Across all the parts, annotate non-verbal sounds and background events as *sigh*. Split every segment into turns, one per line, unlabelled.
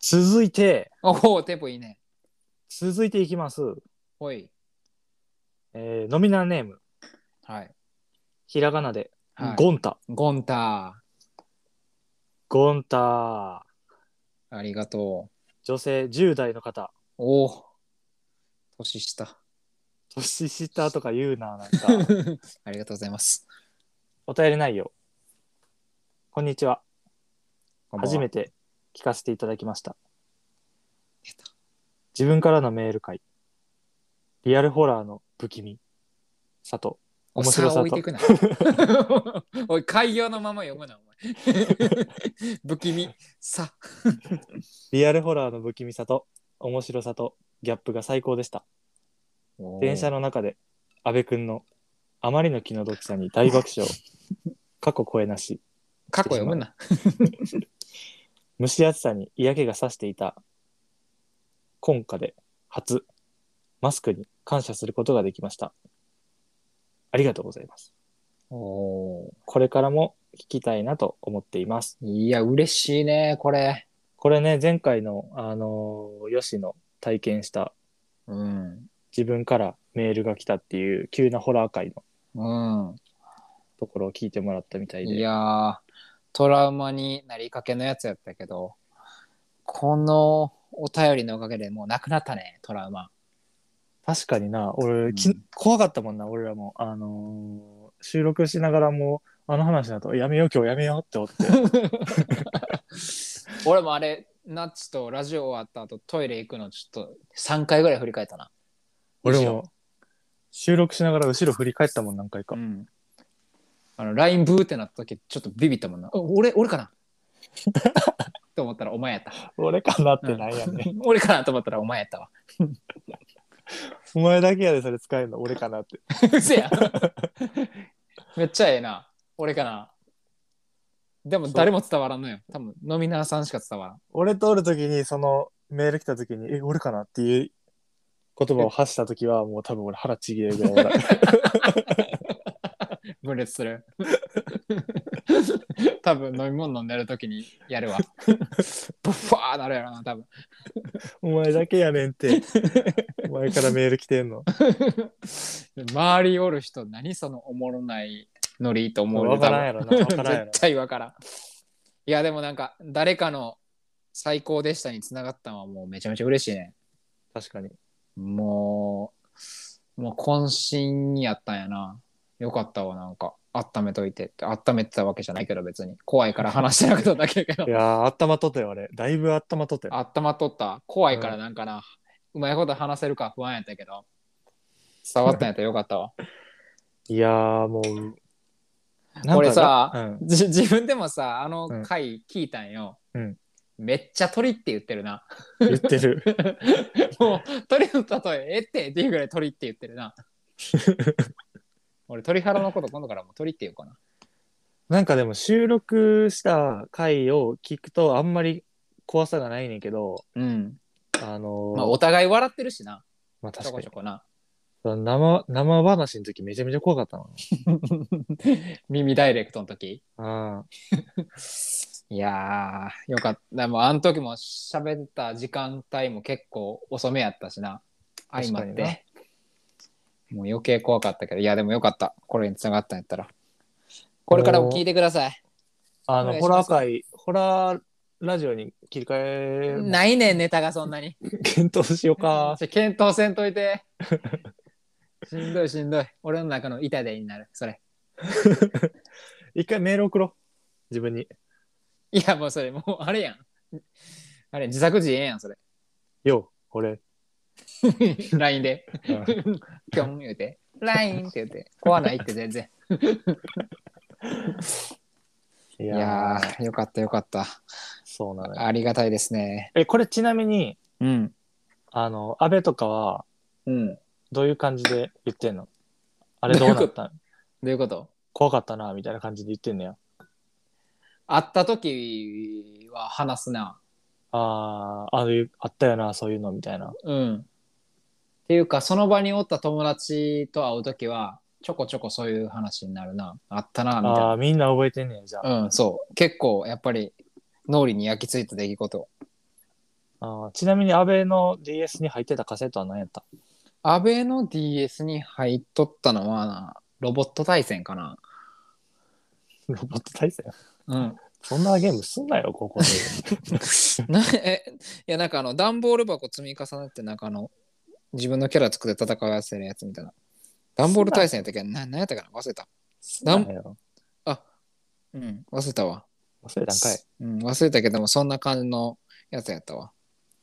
続いて、
おお、テンポいいね。
続いていきます。
ほい。
えー、ノミナーネーム、
はい。
ひらがなで、
はい
ゴンタ。
ゴンタ
ゴンタ。
ー、ありがと
女性10代の方。
う。おお、年下。 *laughs*
年下とか言うな、なんか。
ありがとうございます。
お便り内容。こんにちは。 *laughs* 初め
て。
て聞かせていただきました。自分からのメール会。リアルホラーの不気味。佐藤。
お
面白
さ
さと
置いていくな。
*laughs*
おい、開業のまま読むな、お前。 *laughs* 不気味。さ。
リアルホラーの不気味さと面白さとギャップが最高でした。電車
の。
の中で安部くんのあまりの気の毒さに大爆笑。過去声なし。
過去読むな。
蒸し暑さに嫌気がさしていた今夏で初マスクに感謝することができましたありがとうございます
おお
これからも聞きたいなと思っています
ー。いや、嬉しいね、これ。
これね前回のあのー吉野体験した
うん。
自分からメールが来たっていう急なホラー界の
うん。
ところを聞いてもらったみたいで
いやートラウマになりかけのやつやったけどこのお便りのおかげでもうなくなったねトラウマ
確かにな俺、
うん
き怖かったもんな俺らもあのー収録しながらもあの話だとやめよう今日やめようって思って
俺もあれナッツとラジオ終わった後トイレ行くのちょっと3回ぐらい振り返ったな
俺も収録しながら後ろ振り返ったもん何回か、
うんあの LINE ブーってなった時ちょっとビビったもんなお俺俺かな *laughs* と思ったらお前や *laughs* った
俺かなってないやね、
俺かなと思ったらお前やったわ
*laughs* お前だけやでそれ使えるの俺かなって
うせやめっちゃええな俺かなでも誰も伝わらんのよ多分ノミナーさんしか伝わらん
俺通る時にそのメール来た時に「え俺かな?」っていう言葉を発した時はもう多分俺腹ちぎれるぐらい笑 *laughs* う
分裂
*laughs*
する多分飲み物飲んでる時にやるわブッファーなるやろな多分
お前だけやねん *laughs* ってお前からメール来てんの
周りおる人何そのおもろないノリと思うよ
分からんやろな *laughs*
多分
分からんやろ
絶対分からんいやでもなんか誰かの最高でしたにつながったのはもうめちゃめちゃ嬉しいね
確かに
もう、もう渾身やったんやな。よかったわ、なんか。温めといてって。温めてたわけじゃないけど、別に。怖いから話してなかっただけやけど
い。やーあったまっとったよ俺だいぶあったまっとったよ
温まっとった。怖いからなんかな。うまいこと話せるか不安やったけど。伝わったんやったらよかったわ。 *laughs*
いやーもうなんか
俺さ、
うん
じ自分でもさ、あの
うん
回聞いたんよ。
うん
めっちゃ鳥って言ってるな。 *laughs*
言ってる
もう鳥の例ええってっていうぐらい鳥って言ってる
*laughs*
な。俺鳥肌のこと今度からもう鳥って言うかな。
なんかでも収録した回を聞くとあんまり怖さがないねんけど
うん。
あのー
まあお互い笑ってるしな。
まあ
ちょ
確か
こ
に
ちょこな。 *laughs*
生生話の時めちゃめちゃ怖かったの。
耳ダイレクトの時。
あ
いやー、よかった。でもあの時も喋った時間帯も結構遅めやったしな。相ま
確
っ
かにな
て。もう余計怖かったけど、いやでもよかった。これに繋がったんやったら。これからも聞いてください。
あの
お願いし
ホ
ま
ラ
す
ー界ホラーラジオに切り替えも
*laughs* ないねん、ネタがそんなに。
検討しようか。
ちょ検討せんといて。 *laughs* しんどいしんどい。俺の中の痛手になる、それ。
一回メール送ろう。自分に。
いや、もうそれ、もうあれやん。あれ、自作自演やん、それ。 *laughs*
よう、俺。
LINE で。
うん
ぴょん言うて。LINE って言って。怖ないって全然。
い
い
やー
やー、よかったよかった。
そうなのよ。
ありがたいですね。
え、これちなみに、
うん。
あの、安倍とかは
うん。ど
どういう感じで言ってんのあれどうなったん
ういうこと
怖かったな、みたいな感じで言ってんのよ。
会った時は話すな。
ああ、あのあったよな、そういうの、みたいな。
うん。っていうか、その場におった友達と会う時は、ちょこちょこそういう話になるな。あったな、みたい
ああー、みんな覚えてんねん、じゃあ。
な。うん、そう。結構、やっぱり、脳裏に焼き付いた出来事。
あーちなみに、安倍の DS に入ってたカセットは何や *laughs* った
安倍の DS に入っとったのはな、ロボット対戦かな。
ロボット対戦
うん。
そんなゲームすんなよ、ここで。
なえ、いや、なんかあの、段ボール箱積み重ねて、なんかあの、自分のキャラ作って戦わせるやつみたいな。段ボール対戦やったっけな、なんやったかな忘れた。
すん *laughs* なよ。
うん、忘れたわ。
忘れたんかい。
うん、忘れたけども、そんな感じのやつやったわ。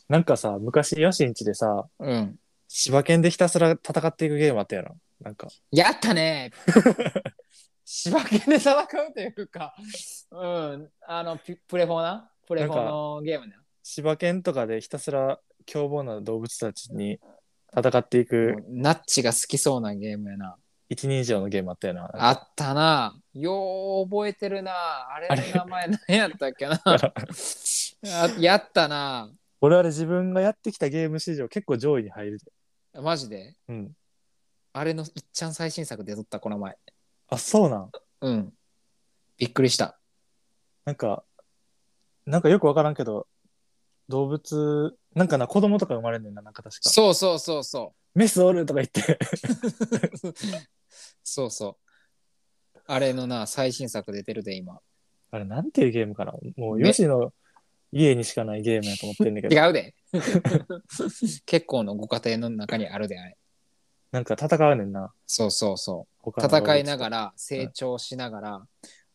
なんかさ、昔、ヨシンチでさ、
うん。
柴犬でひたすら戦っていくゲームあったやろ。なんか、
やっ
*laughs*
たね柴犬で戦うというか、うん、あの、ピプレフォーなプレフォーのゲームね。
柴犬とかでひたすら凶暴な動物たちに戦っていく
もうナッチが好きそうなゲームやな。
一人称のゲームあったよな。
あったな。よう覚えてるな。あれの名前何やったっけ *laughs* な。あやったな。
俺あれ自分がやってきたゲーム史上結構上位に入る。
マジで。
うん。
あれのいっちゃん最新作出とった、この前。
あ、そうなん。
うん。びっくりした。
なんか、なんかよくわからんけど、動物、なんかな、子供とか生まれんねんな、なんか確か。
そうそうそうそう。
メスおるとか言って。 *laughs*
そうそう。あれのな、最新作出てるで、今。
あれ、なんていうゲームかなもう、
ね
ヨシの家にしかないゲームやと思ってんだけど、
違うで。 *laughs* 結構のご家庭の中にあるで、あれ。
なんか戦うねんな。
そうそうそ
他の
う。
動物
戦いながら、成長しながら、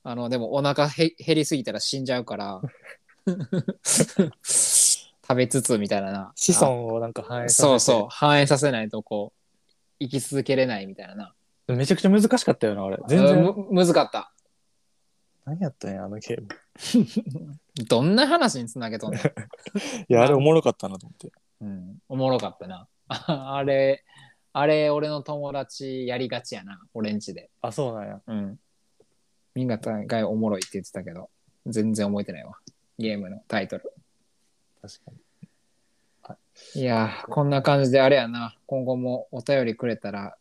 あの、でもお腹へ減りすぎたら死んじゃうから、 *laughs* 食べつつみたいなな。
子孫をなんか反
あ
映させて
そうそう。反映させないと、こう、生き続けれないみたいなな。
めちゃくちゃ難しかったよな、あれ。全
う
然。
んむ、むずかった。
何やったんや、あのゲーム。
どんな話につなげとんの
いや、あれおもろかったなと思って。
うん、おもろかったな。 *laughs* ああれ、あれ、俺の友達やりがちやな、俺んちで。
あ、そうなんや。
うん。みんな大概おもろいって言ってたけど、全然覚えてないわ。ゲームのタイトル。
確かに。
いやー、こんな感じであれやな。今後もお便りくれたら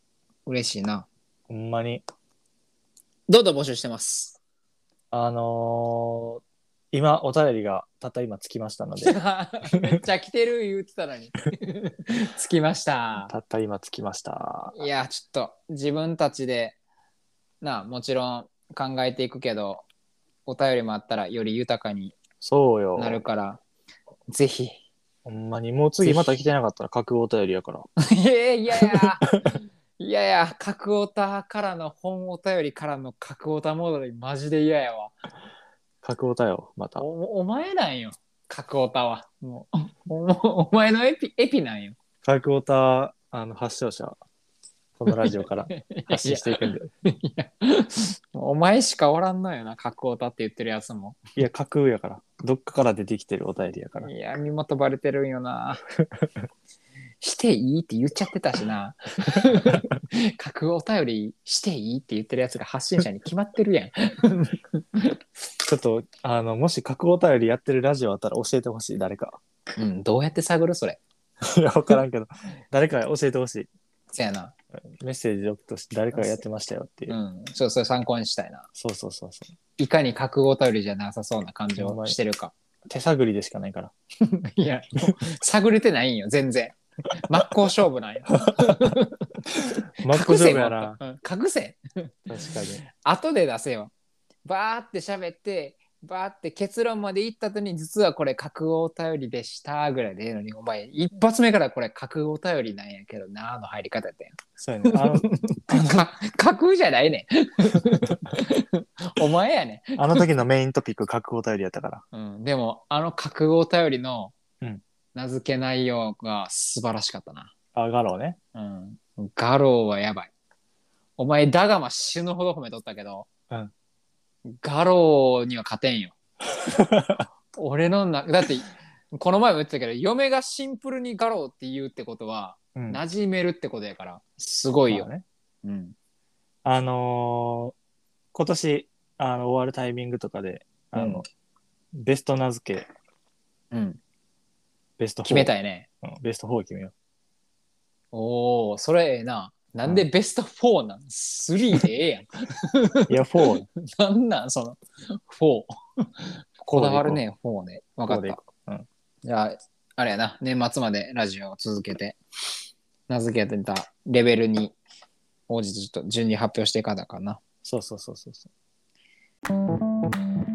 嬉しいな。
ほんまに。
どんどん募集して *laughs* ます。
あのー今、お便りがたった今つきましたので、 *laughs*
めっちゃ来てる言ってた *laughs* のに。着きました。
たった今つきました。
いや、ちょっと自分たちでなあもちろん考えていくけどお便りもあったらより豊かに
そうよ。
なるからぜひ
ほんまに、もう次また来てなかったら、格お便りやから。
いやいやい *laughs* やいやいや角オタからの本お便りからの角オタ戻りマジで嫌やわ
格お便よ、また。
おお前なんよ角オタはもう *laughs* おお前のエピエピなんよ
格おた、あの、発祥者、このラジオ *laughs* から
*laughs*
発信していくんで。
いやお前しかおらんのよな角オタって言ってるやつも
いや、格やから。どっかから出てきてるお便りやから。
いや、身元バレてるんよな。 *laughs* していいって言っちゃってたしな。 *laughs* 格お便りしていいって言ってるやつが発信者に決まってるやん。
ちょっと、あの、もし格お便りやってるラジオあったら教えてほしい、誰か。 *laughs*
うん、どうやって探るそれ。
いや、わからんけど、誰か教えてほしい。
そやな。
メッセージをとして誰かがやってましたよっていうう。
ん、ちょっとそれ参考にしたいな。
そうそうそうそ
いかに格お便りじゃなさそうな感じをしてるか。
う。手探りでしかないから。
いや、もう探れてないんよ、全然。真っ向勝負なんよ。
マックジョブやな。
隠せ。隠せ。
確かに。
後で出せよ。バーって喋って、バーって結論まで言った後に、実はこれ、格お便りでしたぐらいでええのに、お前、一発目からこれ、格お便りなんやけどなーの入り方やったやん。
そうやね。あの、 *laughs*
*laughs* か格じゃないねん。 *laughs* お前やね
あの時のメイントピック格お便りやったから。
ん。うん、でも、あの格お便りの
うん
名付け内容が素晴らしかったな。
あ、ガローね。
うん。ガローはやばい。お前、ダガマ死ぬほど褒めとったけど、
うん
ガローには勝てん
*laughs*
よ。俺のな、だって、この前も言ってたけど、嫁がシンプルにガローって言うってことは、
うん。
馴染めるってことやから、すごいよ。
まあね。
うん。
あのー今年、あの、終わるタイミングとかで、あの、ベスト名付け、
うん。
ベスト4。
決めたいね。
うんベスト4決めよ
おおそれええな。なんでベスト4なん ?3 でええやん。
いや、4。
*laughs* なんなんその、4。こだわるね、4ね。分か
こう
っ
でい
た
こ。ううん
じゃあ、あれやな、年末までラジオを続けて、名付けてたレベルに応じてちょっと順に発表していかなあかんな。
そうそうそうそうそう。